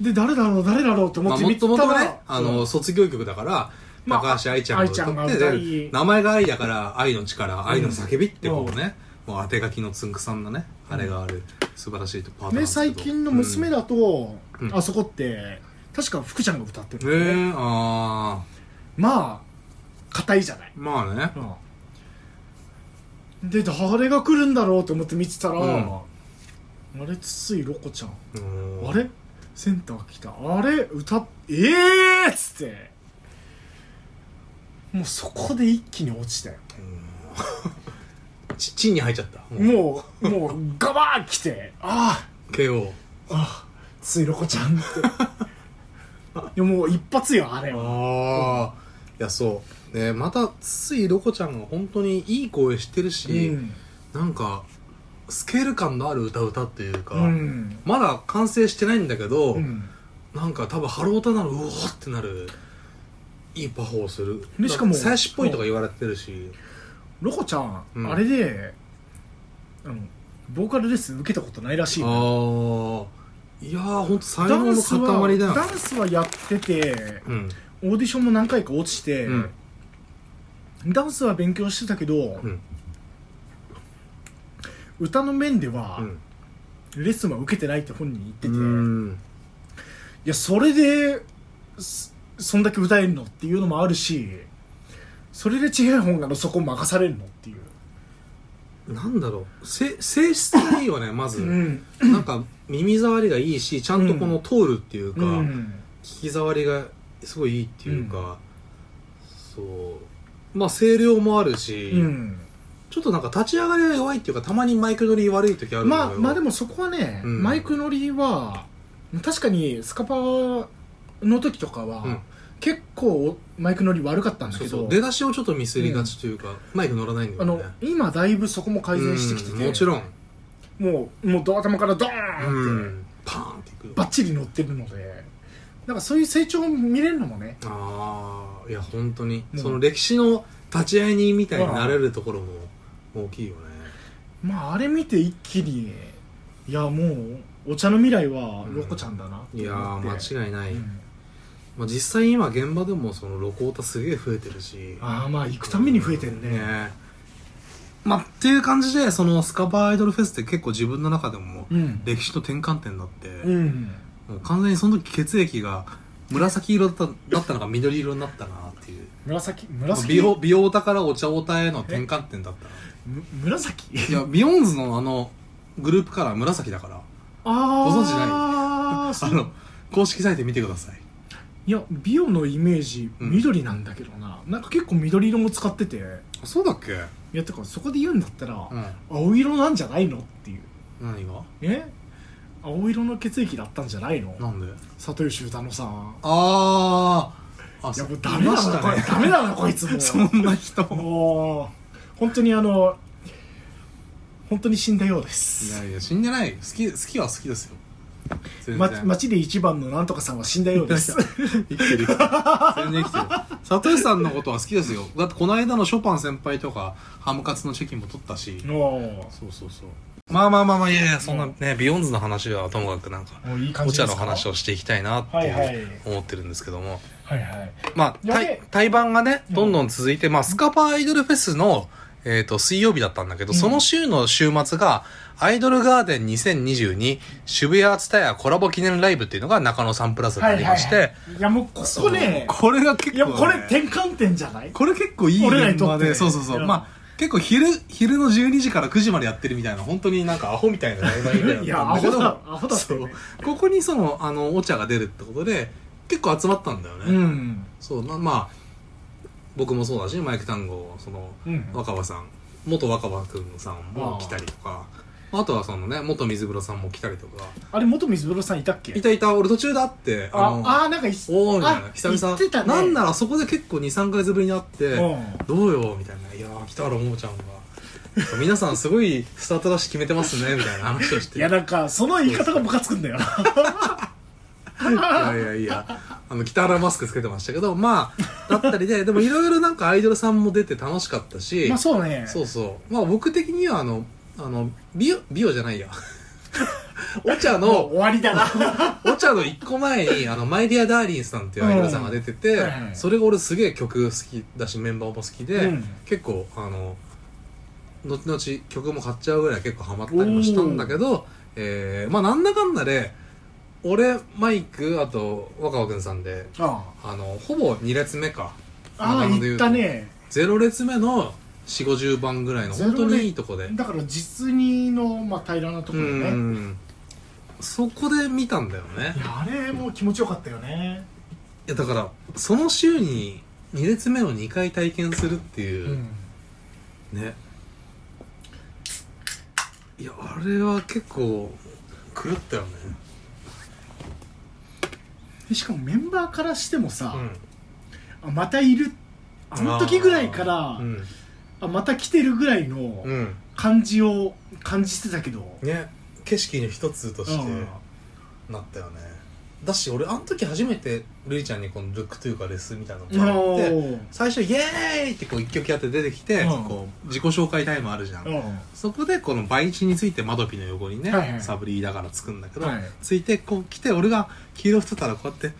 Speaker 2: で誰だろう誰だろう
Speaker 3: ー、
Speaker 2: と思
Speaker 3: まあ、
Speaker 2: って
Speaker 3: も
Speaker 2: 見
Speaker 3: と
Speaker 2: て
Speaker 3: も
Speaker 2: た
Speaker 3: と
Speaker 2: ら、
Speaker 3: ね、あの、卒業曲だから、
Speaker 2: まあ
Speaker 3: 高橋愛ちゃん
Speaker 2: 愛ちゃん
Speaker 3: が
Speaker 2: が
Speaker 3: 歌って
Speaker 2: 歌い
Speaker 3: で、名前が愛だから、愛の力、愛の叫びってこうね、もう当て書きのつんくさんなね、あれがある、素晴らしいパートなん
Speaker 2: ね、
Speaker 3: ですけど
Speaker 2: 最近の娘だと、
Speaker 3: うん
Speaker 2: あそこって確か福ちゃんが歌ってる
Speaker 3: うんん
Speaker 2: だ
Speaker 3: へ
Speaker 2: よね、
Speaker 3: え、あ
Speaker 2: まあ硬いじゃない、
Speaker 3: ー、まあね。
Speaker 2: うん、で誰が来るんだろうと思って見てた
Speaker 3: う
Speaker 2: ら、あれ筒井ロコちゃん
Speaker 3: うん
Speaker 2: あれセンター来たあれ歌っええー、っつってもうそこで一気に落ちたよ
Speaker 3: うんち、チンに入っちゃった。もう
Speaker 2: もうもうガバーン来てあ
Speaker 3: KO。
Speaker 2: あああついロコちゃんっていやもう一発よあれは
Speaker 3: ああ、いや、そう。ね、また、ついロコちゃんが本当にいい声してる
Speaker 2: う
Speaker 3: し、
Speaker 2: ん、
Speaker 3: なんか、スケール感のある歌歌っていうか、
Speaker 2: うん
Speaker 3: まだ完成してないんだけど、
Speaker 2: うん
Speaker 3: なんか多分ハロータならうおーってなる、いいパフォーする。
Speaker 2: でしかも
Speaker 3: 最初っぽいとか言われてるし、
Speaker 2: ロコちゃん、
Speaker 3: うん
Speaker 2: あれであのボーカルレッスン受けたことないらしい
Speaker 3: ああ
Speaker 2: よ
Speaker 3: ー、いやー、ほんと才
Speaker 2: ダ
Speaker 3: 能の
Speaker 2: ンスは
Speaker 3: 塊だよ。
Speaker 2: ダンスはやってて
Speaker 3: うん。
Speaker 2: オーディションも何回か落ちて、
Speaker 3: うん。
Speaker 2: ダンスは勉強してたけど、
Speaker 3: うん。
Speaker 2: 歌の面では
Speaker 3: う、ん。
Speaker 2: レッスンは受けてないって本人言ってて、い
Speaker 3: うん
Speaker 2: やそれですそんだけ歌えるのっていうのもあるしそれで千平本がのそこ任されるのっていう、
Speaker 3: なんだろうせ性質がいいよねまず、
Speaker 2: ん
Speaker 3: なんか耳障りがいいしちゃんとこの通るっていうか、
Speaker 2: うん
Speaker 3: 聞き障りがすごいいいっていうか、そうまあ声量もあるし、
Speaker 2: うん
Speaker 3: ちょっとなんか立ち上がりが弱いっていうかたまにマイク取り悪い時あるんだよ
Speaker 2: まあまあでもそこはね、
Speaker 3: うん
Speaker 2: マイク乗りは確かにスカパーの時とかは、
Speaker 3: うん
Speaker 2: 結構マイク乗り悪かったん
Speaker 3: そ
Speaker 2: だけ
Speaker 3: う
Speaker 2: ど
Speaker 3: そう出だしをちょっとミスりがちというか、マイク乗らないんだ
Speaker 2: あ
Speaker 3: よ
Speaker 2: の
Speaker 3: ね
Speaker 2: 今だいぶそこも改善してきてて、
Speaker 3: うんもちろん、
Speaker 2: もうもうド頭からドー
Speaker 3: う
Speaker 2: ンって、
Speaker 3: ん、パーンっていく
Speaker 2: バッチリ乗ってるのでなんかそういう成長を見れるのもね
Speaker 3: ああいや本当に、
Speaker 2: うん
Speaker 3: その歴史の立ち会い人みたいになれるところも大きいよね
Speaker 2: まああれ見て一気にいやもうお茶の未来はロコちゃんだなって思って、
Speaker 3: いやー間違いない、
Speaker 2: うん
Speaker 3: まあ、実際今現場でもその露光太すげえ増えてるし
Speaker 2: ああまあ行くために増えてるね,、
Speaker 3: まあっていう感じでそのスカパーアイドルフェスって結構自分の中でも
Speaker 2: うん
Speaker 3: 歴史の転換点だって、
Speaker 2: うん
Speaker 3: もう完全にその時血液が紫色だっただったのが緑色になったなっていう
Speaker 2: 紫
Speaker 3: まあ
Speaker 2: 紫
Speaker 3: 美容美容太からお茶おたへの転換点だったな
Speaker 2: む紫
Speaker 3: い や、ビヨンズのあの、グループカラー紫だから、
Speaker 2: あ
Speaker 3: ご存知
Speaker 2: あ
Speaker 3: あ の、公式サイト見てください。
Speaker 2: いや美容のイメージ
Speaker 3: うん
Speaker 2: 緑なんだけどな、なんか結構緑色も使っててい
Speaker 3: そうだっけ
Speaker 2: やてかそこで言うんだったら、
Speaker 3: うん。
Speaker 2: 青色なんじゃないのっていう
Speaker 3: 何が
Speaker 2: え青色の血液だったんじゃないの
Speaker 3: なんで
Speaker 2: 里吉歌のさん
Speaker 3: あー。あ、
Speaker 2: いやもう
Speaker 3: い
Speaker 2: ダメだ
Speaker 3: まし
Speaker 2: な、
Speaker 3: た
Speaker 2: これ
Speaker 3: ね。
Speaker 2: ダメだなこいつも う
Speaker 3: そんな人。い
Speaker 2: もう本当にあの本当に死んだようです
Speaker 3: やいや、死んでない。好き、好きは好きですよ。全然。
Speaker 2: ま町で一番のなんとかさんは死んだようです
Speaker 3: 生きてる生きてる。全然生きてる。佐藤さんのことは好きですよ。だってこの間のショパン先輩とか、ハムカツのチェキも取ったし。
Speaker 2: もう
Speaker 3: そうそうそう。まあまあまあまあ、いやいや、そんなね、ビヨンズの話はともかくなんか、
Speaker 2: もういい感
Speaker 3: お
Speaker 2: じで
Speaker 3: 茶
Speaker 2: す
Speaker 3: の
Speaker 2: か
Speaker 3: 話をしていきたいなって
Speaker 2: はいはい
Speaker 3: いう思ってるんですけども、
Speaker 2: はいはい
Speaker 3: まあ
Speaker 2: やべえ
Speaker 3: 対対バンがねどんどん続いて、まあ、スカパーアイドルフェスの、えー、と水曜日だったんだけど、
Speaker 2: うん
Speaker 3: その週の週末がアイドルガーデン2022渋谷ツタヤコラボ記念ライブっていうのが中野サンプラザでありまして、
Speaker 2: い、いやもうここね
Speaker 3: そうこれが結構
Speaker 2: い
Speaker 3: ね、
Speaker 2: やこれ転換点じゃない
Speaker 3: これ結構いい
Speaker 2: 俺らに
Speaker 3: 現
Speaker 2: と
Speaker 3: 場
Speaker 2: って
Speaker 3: でそうそうそう
Speaker 2: いや
Speaker 3: まあ結構昼昼の12時から9時までやってるみたいな本当になんかアホみたいなライブみたい ない
Speaker 2: やアホだアホだった
Speaker 3: そ
Speaker 2: よ
Speaker 3: う
Speaker 2: ね
Speaker 3: ここにそのあのお茶が出るってことで結構集まったんだよね、
Speaker 2: うん
Speaker 3: そうままあ僕もそうだしマイク単語その、
Speaker 2: うん
Speaker 3: 若葉さん元若葉くんさんも来たりとかあとはそのね元水風呂さんも来たりとか
Speaker 2: あれ元水風呂さんいたっけ
Speaker 3: いたいた俺途中だって
Speaker 2: あ
Speaker 3: の
Speaker 2: あーなんかいっ
Speaker 3: おおみたい
Speaker 2: あ
Speaker 3: な久々
Speaker 2: 言ってたね
Speaker 3: なんならそこで結構23か月ぶりに会って
Speaker 2: うん
Speaker 3: どうよみたいないやー北原ももちゃんが皆さんすごいスタートダッシュ決めてますねみたいな話をし
Speaker 2: い
Speaker 3: て
Speaker 2: やなんかその言い方がムカつくんだよな
Speaker 3: いやいやいや、あの、北原マスクつけてましたけど、まあ、だったりで、でもいろいろなんかアイドルさんも出て楽しかったし、
Speaker 2: まあそうね
Speaker 3: そうそうまあ僕的にはあの、あのビオビオじゃないや お茶
Speaker 2: もう
Speaker 3: の
Speaker 2: 終わ りだな
Speaker 3: お茶の一個前にあのマイディア・ダーリンさんっていうアイドルさんが出てて、
Speaker 2: うんはいはい
Speaker 3: それが俺すげえ曲好きだしメンバーも好きで、
Speaker 2: うん
Speaker 3: 結構あの後々曲も買っちゃうぐらい結構ハマったりもしたんだけど、えーまあなんだかんだで俺マイクあと若葉くんさんで
Speaker 2: あ
Speaker 3: あのほぼ2列目か
Speaker 2: あああ
Speaker 3: 中野で
Speaker 2: 言
Speaker 3: 言
Speaker 2: っ
Speaker 3: う
Speaker 2: た
Speaker 3: と
Speaker 2: ね
Speaker 3: 0列目の4 5 0番ぐらいの本当にいいとこで
Speaker 2: だから実にの、まあ、平らなとこ
Speaker 3: う
Speaker 2: ろね、
Speaker 3: んそこで見たんだよね
Speaker 2: いやあれもう気持ちよかったよね
Speaker 3: いやだからその週に2列目を2回体験するって
Speaker 2: う
Speaker 3: いう、ねいやあれは結構狂ったよね
Speaker 2: でしかもメンバーからしてもさ、
Speaker 3: うん
Speaker 2: あまたいるあの時ぐらいからあ、
Speaker 3: うん、
Speaker 2: また来てるぐらいの
Speaker 3: うん、
Speaker 2: 感じを感じてたけど、
Speaker 3: ね景色の一つとして
Speaker 2: うん
Speaker 3: なったよね、だし俺あの時初めてるいちゃんにこのルックというかレッスンみたいな
Speaker 2: うん
Speaker 3: のもらって最初「イエーイ!」ってこう一曲やって出てきて、
Speaker 2: うん
Speaker 3: こう自己紹介タイムあるじゃん、
Speaker 2: うん
Speaker 3: そこでこの倍日について窓ピの横にね、
Speaker 2: はいはい
Speaker 3: サブリーだからつくんだけど、
Speaker 2: はい
Speaker 3: ついてこう来て俺が黄色振ってたらこうやって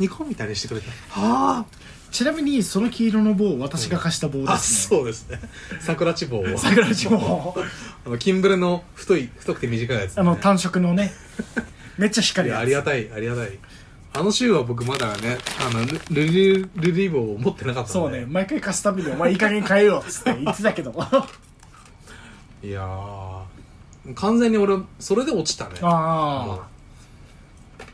Speaker 3: ニコンみたいにしてくれて「は
Speaker 2: ちなみにその黄色の棒私が貸した棒
Speaker 3: あ、
Speaker 2: で
Speaker 3: あ
Speaker 2: すね、
Speaker 3: そうですね桜地棒を
Speaker 2: 桜島
Speaker 3: あの金ブレの太い太くて短いやつ、ね、
Speaker 2: あの単色 のねめっちゃ光
Speaker 3: いや
Speaker 2: るや
Speaker 3: あ
Speaker 2: つ
Speaker 3: りがたいありがたいあの週は僕まだねあのルルリルリ棒を持ってなかったんで
Speaker 2: そうね毎回貸すたびに「お前いい加減変えよう」っつって言って たけどあ
Speaker 3: いやー完全に俺それで落ちたね
Speaker 2: あ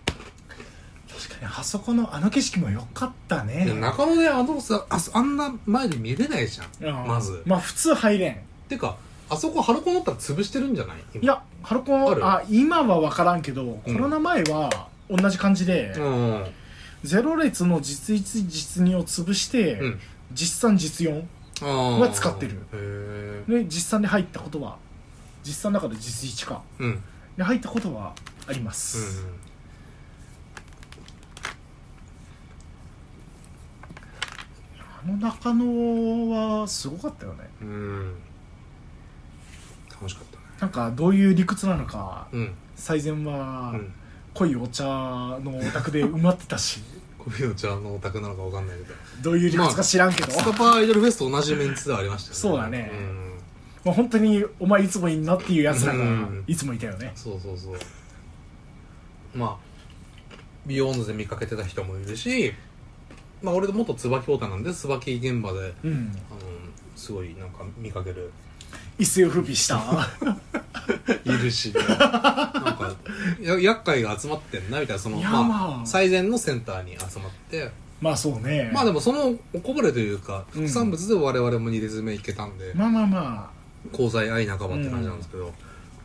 Speaker 2: 確かにあそこのあの景色も良かったね
Speaker 3: いや中野であのさああんな前で見れないじゃん、
Speaker 2: うん
Speaker 3: まず
Speaker 2: まあ普通入れん
Speaker 3: てかあそこハロコンだったら潰してるんじゃない
Speaker 2: いやハロコ
Speaker 3: あ
Speaker 2: ン
Speaker 3: る
Speaker 2: あ今は分からんけどコロナ前は同じ感じで、
Speaker 3: うんうん
Speaker 2: ゼロ列の実1実2を潰して、
Speaker 3: うん
Speaker 2: 実3実4
Speaker 3: は
Speaker 2: 使ってる
Speaker 3: へえ
Speaker 2: で実3で入ったことは実3だから実1か
Speaker 3: うんうん
Speaker 2: で入ったことはあります、あの中野はすごかったよね
Speaker 3: うんうん楽しかったね
Speaker 2: なんかどういう理屈なのか
Speaker 3: うん
Speaker 2: 最前
Speaker 3: う
Speaker 2: は
Speaker 3: ん
Speaker 2: 濃いお茶のお宅で埋まって たし
Speaker 3: コビの茶のお宅なのかわかんないけど
Speaker 2: どういう理屈か知らんけど、
Speaker 3: スカパーアイドルフェスと同じメンツではありましたよね
Speaker 2: そうだね
Speaker 3: うん
Speaker 2: まあ、本当にお前いつもいいなっていうやつらが
Speaker 3: うん
Speaker 2: いつもいたよね、
Speaker 3: そうそうそうまあビヨーンズで見かけてた人もいるしまあ俺元椿太田なんで椿現場で
Speaker 2: うん、
Speaker 3: あのすごいなんか見かける
Speaker 2: 一世を風靡した
Speaker 3: いるし、ね、なんかや厄介が集まってんなみたいなその
Speaker 2: いやまあ
Speaker 3: 最善のセンターに集まって
Speaker 2: まあそうね
Speaker 3: まあでもそのおこぼれというか
Speaker 2: うん
Speaker 3: 副産物で我々も2列目いけたんで、
Speaker 2: まあまあま
Speaker 3: 交際愛半ばって感じなんですけど、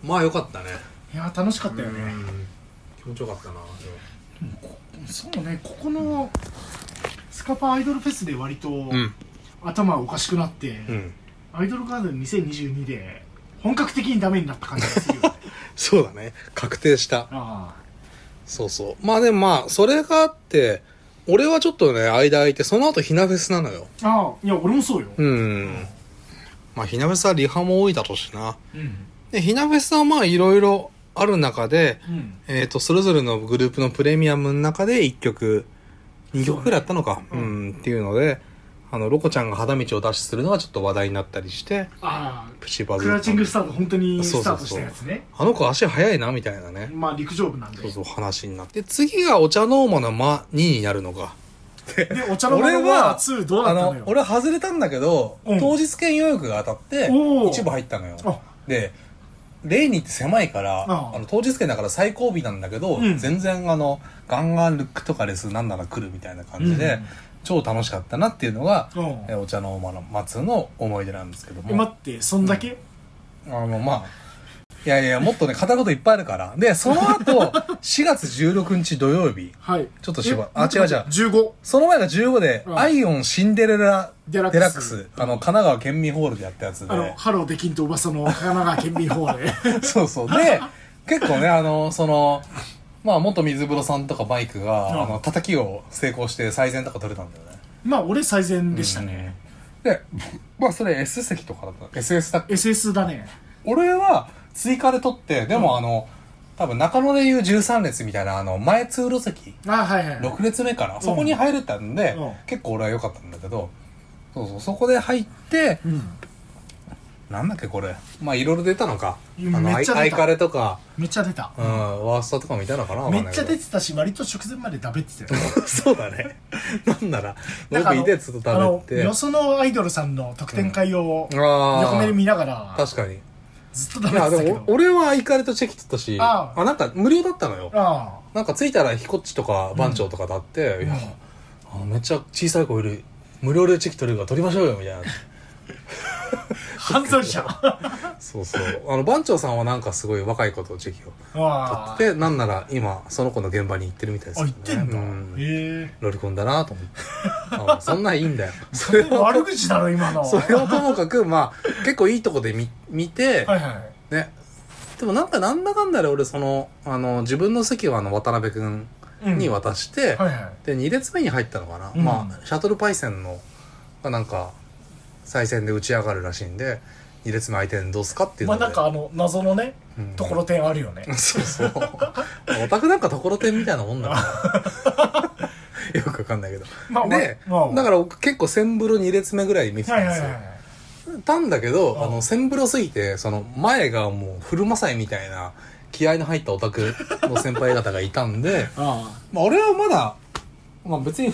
Speaker 3: まあよかったね
Speaker 2: あいや楽しかったよね、
Speaker 3: うん気持ちよかったな
Speaker 2: そうねここのスカパーアイドルフェスで割と
Speaker 3: うん
Speaker 2: 頭おかしくなって、
Speaker 3: うん
Speaker 2: アイドルガーデン2022で本格的にダメになった感じがする よね
Speaker 3: そうだね確定した
Speaker 2: あ
Speaker 3: そうそうまあでもまあそれがあって俺はちょっとね間空いてその後ひなフェスなのよ
Speaker 2: あああいや俺もそうよ、
Speaker 3: うんまあひなフェスはリハも多いだろうしな
Speaker 2: うん
Speaker 3: で、ひなフェスはまあいろいろある中で、
Speaker 2: うん
Speaker 3: えっ、と、それぞれのグループのプレミアムの中で1曲、2曲くらいあったのか、う
Speaker 2: そうねうん
Speaker 3: ん、っていうので、あの、ロコちゃんが肌道を脱出するのがちょっと話題になったりして、
Speaker 2: あ
Speaker 3: プチ
Speaker 2: あ
Speaker 3: バズっ
Speaker 2: ク
Speaker 3: た
Speaker 2: ラウチングスタート本当にスタートしたやつね
Speaker 3: あの子足早いな、みたいなね。
Speaker 2: まあ陸上部なんで
Speaker 3: そうそう、話になって。次がお茶ノーマの間2になるのか。
Speaker 2: でお茶の間
Speaker 3: 俺
Speaker 2: は
Speaker 3: は
Speaker 2: 2どうだ
Speaker 3: あ
Speaker 2: ったの
Speaker 3: の
Speaker 2: よ、
Speaker 3: 俺は外れたんだけど、
Speaker 2: うん
Speaker 3: 当日券予約が当たって、
Speaker 2: おー
Speaker 3: 一部入ったのよ。
Speaker 2: あ
Speaker 3: で、レイニーって狭いから、
Speaker 2: あ
Speaker 3: あの当日券だから最後尾なんだけど、
Speaker 2: うん
Speaker 3: 全然あの、ガンガンルックとかレスなんなら来るみたいな感じで、
Speaker 2: うん
Speaker 3: 超楽しかったなっていうのが、
Speaker 2: うん
Speaker 3: えお茶の間の松の思い出なんですけど
Speaker 2: え
Speaker 3: も、
Speaker 2: 待ってそんだけ、
Speaker 3: あの、まあ、いやいや、もっとね、片言いっぱいあるから。で、その 後、4月16日土曜日、
Speaker 2: はい
Speaker 3: ちょっとしば
Speaker 2: え
Speaker 3: あ違う違う
Speaker 2: 15
Speaker 3: その前が15で、
Speaker 2: うん
Speaker 3: アイオンシンデレラ
Speaker 2: デ
Speaker 3: デ
Speaker 2: ラ
Speaker 3: ラ
Speaker 2: ックス
Speaker 3: ックス、あの、神奈川県民ホールでやったやつ
Speaker 2: あの
Speaker 3: で、
Speaker 2: ハローできんと噂の神奈川県民ホール で
Speaker 3: そうそう。で、結構ね、あの、その、まあ、元水風呂さんとかバイクが、
Speaker 2: うん
Speaker 3: あの、叩きを成功して最善とか取れたんだよね。
Speaker 2: まあ俺最善でしたね、
Speaker 3: で、まあ、それ S 席とかだった。SS だっけ
Speaker 2: SS だね
Speaker 3: 俺は追加で撮って、でもあの、多分中野でいう13列みたいな、あの、前通路席、
Speaker 2: あはいはい
Speaker 3: 6列目かな、そこに入れたんで、
Speaker 2: うん
Speaker 3: 結構俺は良かったんだけど、そうそう、そこで入って、
Speaker 2: うん
Speaker 3: なんだっけこれ。まあ、いろいろ出たのか。あ
Speaker 2: うん
Speaker 3: の、
Speaker 2: め
Speaker 3: ア
Speaker 2: っ
Speaker 3: イ
Speaker 2: ちゃ出た
Speaker 3: アイカレとか、
Speaker 2: めっちゃ出た
Speaker 3: うん、ワーストとかもいたのかなわか
Speaker 2: め
Speaker 3: んな
Speaker 2: っ
Speaker 3: いけ
Speaker 2: ちゃ
Speaker 3: ど
Speaker 2: 出てたし割と直前までダベってたよ
Speaker 3: そうだね。なんなら、
Speaker 2: な
Speaker 3: 僕
Speaker 2: んかあの
Speaker 3: いてずっと
Speaker 2: あの
Speaker 3: 食べて。
Speaker 2: よそのアイドルさんの特典会を
Speaker 3: あ
Speaker 2: 横目で
Speaker 3: ー
Speaker 2: 見ながら
Speaker 3: 確かに。
Speaker 2: ずっとダ
Speaker 3: い
Speaker 2: ベっ
Speaker 3: や、
Speaker 2: てたけ
Speaker 3: で
Speaker 2: ど
Speaker 3: も、俺はイカレとチェキ取ったし、
Speaker 2: あ
Speaker 3: あ
Speaker 2: ー
Speaker 3: なんか無料だったのよ。
Speaker 2: あ
Speaker 3: なんか着いたらヒコッチとか番長とかだって、いや、あのめっちゃ小さい子いる。無料でチェキ取れるから取りましょうよ、みたいな。
Speaker 2: あ犯罪者あ
Speaker 3: そうそう。あの、番長さんはなんかすごい若い子とチェキを
Speaker 2: あ
Speaker 3: 取って、なんなら今、その子の現場に行ってるみたいです
Speaker 2: あ
Speaker 3: よ
Speaker 2: 言
Speaker 3: ね。
Speaker 2: ってんだ
Speaker 3: う
Speaker 2: へえ
Speaker 3: ロリコンだなと思って あー。そんなんいいんだよ。それを
Speaker 2: 悪口だろ今の
Speaker 3: それをともかく、まあ、結構いいとこで見、見て、
Speaker 2: はいはい
Speaker 3: ね。でもなんかなんだかんだで俺、その、あの、自分の席はあの、渡辺くん
Speaker 2: うん
Speaker 3: に渡して、
Speaker 2: はいはい
Speaker 3: で、2列目に入ったのかな。
Speaker 2: うん
Speaker 3: まあ、シャトルパイセンの、がなんか、再戦で打ち上がるらしいんで、2列目相手にどうすかっていう
Speaker 2: ま
Speaker 3: の
Speaker 2: あ
Speaker 3: で。
Speaker 2: なんかあの謎のね
Speaker 3: うん
Speaker 2: ところてんあるよね
Speaker 3: そうそう。オタクなんかところてんみたいなもんだ から。よくわかんないけど。
Speaker 2: まあまあ
Speaker 3: で、
Speaker 2: まあ
Speaker 3: だから僕結構センブロ2列目ぐらい見てた
Speaker 2: は
Speaker 3: ん
Speaker 2: い
Speaker 3: で
Speaker 2: は
Speaker 3: す
Speaker 2: い
Speaker 3: よ。
Speaker 2: はい
Speaker 3: たんだけど、
Speaker 2: あ、
Speaker 3: あの、センブロすぎて、その前がもう古マサイみたいな気合の入ったオタクの先輩方がいたんで
Speaker 2: あ
Speaker 3: まあ俺はまだ、まあ別に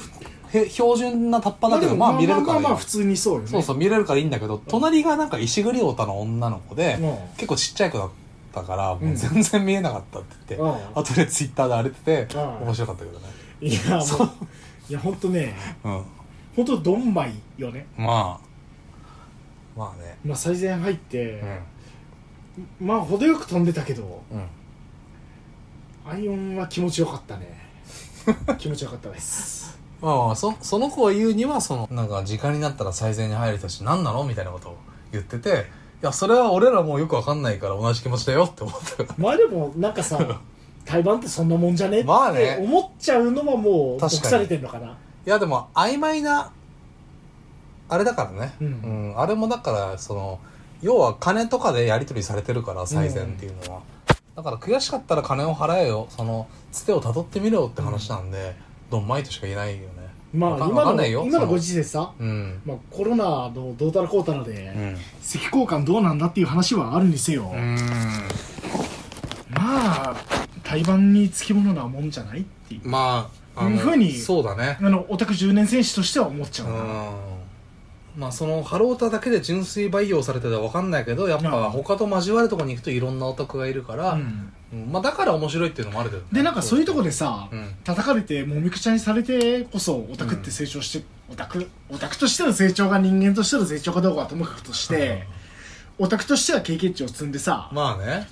Speaker 3: へ標準なタッパだけど、まあ見れるからいい
Speaker 2: まあまあまあ普通にそうよね
Speaker 3: そうそう、見れるからいいんだけど、隣がなんか石栗オタの女の子で、
Speaker 2: うん
Speaker 3: 結構ちっちゃい子だったから、
Speaker 2: う
Speaker 3: も
Speaker 2: ん
Speaker 3: う全然見えなかったって言って、
Speaker 2: うん
Speaker 3: 後でツイッターで荒れてて、
Speaker 2: うん
Speaker 3: 面白かったけどね。
Speaker 2: いやもういや本当ね
Speaker 3: うん。
Speaker 2: 本当ドンマイよね
Speaker 3: まあ、まあね。
Speaker 2: まあ最前入って、まあ程よく飛んでたけど
Speaker 3: うん。うん。
Speaker 2: アイオンは気持ちよかったね 気持ちよかったです
Speaker 3: まあまあそその子が言うにはそのなんか時間になったら最善に入る人たち何なのみたいなことを言ってていやそれは俺らもよくわかんないから同じ気持ちだよって思ったから
Speaker 2: まあでもなん かさ台湾ってそんなもんじゃねって
Speaker 3: まあね
Speaker 2: 思っちゃうのはもう
Speaker 3: 確か
Speaker 2: 毒
Speaker 3: に
Speaker 2: されてんのかない
Speaker 3: やでも曖昧なあれだからね、
Speaker 2: うん
Speaker 3: うんあれもだからその要は金とかでやり取りされてるから最善っていうのは、だから悔しかったら金を払えよそのつてをたどってみろよって話なんで、どんまいとしか言えないよね
Speaker 2: まあ
Speaker 3: わかん
Speaker 2: 今
Speaker 3: わかん
Speaker 2: の
Speaker 3: ないよ
Speaker 2: 今
Speaker 3: そ
Speaker 2: の
Speaker 3: の
Speaker 2: ご時世さ、
Speaker 3: うん
Speaker 2: まあ、コロナのどうたらこうたらで、
Speaker 3: うん
Speaker 2: 席交換どうなんだっていう話はあるにせよ、
Speaker 3: うん
Speaker 2: まあ台湾につきものなもんじゃないっていう、
Speaker 3: まああの
Speaker 2: いうふうに
Speaker 3: そうだね
Speaker 2: あのオタク10年選手としては思っちゃう
Speaker 3: う
Speaker 2: な、
Speaker 3: んまあそのハロータだけで純粋培養されてたら分かんないけどやっ
Speaker 2: うん
Speaker 3: ぱ他と交わるとこに行くといろんなオタクがいるから、
Speaker 2: うん
Speaker 3: うんまあ、だから面白いっていうのもあるけどね、
Speaker 2: でなんかそういうとこでさ、
Speaker 3: うん
Speaker 2: 叩かれてもみくちゃにされてこそオタクって成長して、オタクオタクとしての成長が人間としての成長かどうかはともかくとして、オタクとしては経験値を積んでさ、
Speaker 3: まあね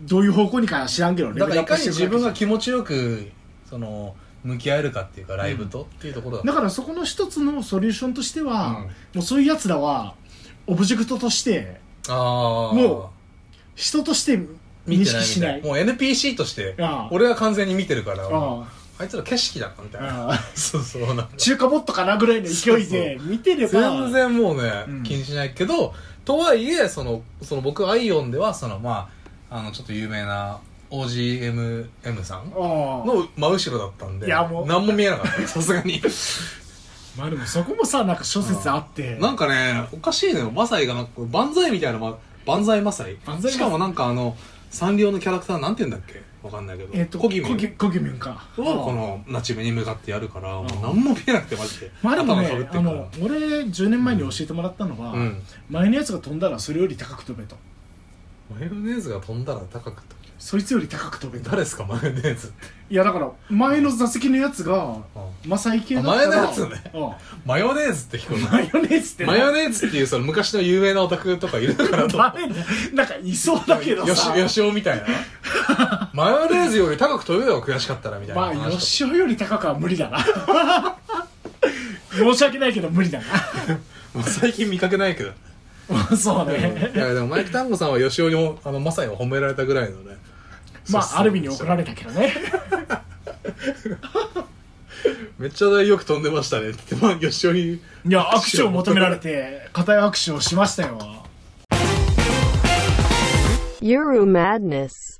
Speaker 2: どういう方向にか知らんけど
Speaker 3: だからいかに
Speaker 2: レベルアップして
Speaker 3: 自
Speaker 2: いくわ
Speaker 3: 分
Speaker 2: けじゃ
Speaker 3: が気持
Speaker 2: ん
Speaker 3: ちよくその向き合えるかっていうかライブとっていうところだ、
Speaker 2: だからそこの一つのソリューションとしては、
Speaker 3: うん
Speaker 2: もうそういうやつらはオブジェクトとして
Speaker 3: ああ
Speaker 2: も人として認識しない
Speaker 3: もう NPC として
Speaker 2: ああ
Speaker 3: 俺は完全に見てるからあ
Speaker 2: あ
Speaker 3: いつら景色だなみたいな
Speaker 2: あああ
Speaker 3: そうそうなんか
Speaker 2: 中華ボットかなぐらいの勢いで見てれば
Speaker 3: 全然もうね、
Speaker 2: うん
Speaker 3: 気にしないけどとはいえそのその僕アイオンではそのまああのちょっと有名な OGMM さん
Speaker 2: ああ
Speaker 3: の真後ろだったんで
Speaker 2: いやもう
Speaker 3: 何も見えなか ったさすがに
Speaker 2: まあでもそこもさなんか諸説あって
Speaker 3: なんかねおかしいのよマサイがなんか万歳みたいなま万歳マサイ
Speaker 2: 万歳マサイ
Speaker 3: しかもなんかあのサンリオのキャラクターなんて言うんだっけわかんないけど、
Speaker 2: えっと
Speaker 3: コギミ
Speaker 2: コギ
Speaker 3: は
Speaker 2: コギミュンか
Speaker 3: このナチメに向かってやるからもう
Speaker 2: ああ
Speaker 3: 何も見えなくてマジで
Speaker 2: まあでも
Speaker 3: 頭被
Speaker 2: ね
Speaker 3: って
Speaker 2: あ
Speaker 3: るか
Speaker 2: の俺10年前に教えてもらったのは、
Speaker 3: らうん
Speaker 2: 前のやつが飛んだらそれより高く飛べと
Speaker 3: マヨネーズが飛んだら高くと
Speaker 2: そいつより高く飛べと
Speaker 3: 誰ですかマヨネーズって
Speaker 2: いやだから前の座席のやつがマサイ系だったら
Speaker 3: あ前のやつね
Speaker 2: うん
Speaker 3: マヨネーズって聞こえ
Speaker 2: マヨネーズって
Speaker 3: マヨ
Speaker 2: ネ
Speaker 3: ネーズっていうその昔の有名なオタクとかいるからと
Speaker 2: なんかいそうだけど
Speaker 3: よし
Speaker 2: さ
Speaker 3: よしおみたいな マヨネーズより高く飛べよ悔しかったらみたいな
Speaker 2: まあよ
Speaker 3: 話
Speaker 2: しおより高くは無理だな申し訳ないけど無理だ
Speaker 3: もう最近見かけない けど
Speaker 2: な そう
Speaker 3: い
Speaker 2: ね
Speaker 3: やでもマイク・タンゴさんはよしおにもあのマサイを褒められたぐらいのね
Speaker 2: ま
Speaker 3: そうそ
Speaker 2: あ
Speaker 3: う
Speaker 2: アルビに怒られたけどね
Speaker 3: めっちゃよく飛んでましたねって言って、まあ、よしおに
Speaker 2: いや握手を求められて固い握手をしましたよ
Speaker 4: Euro Madness.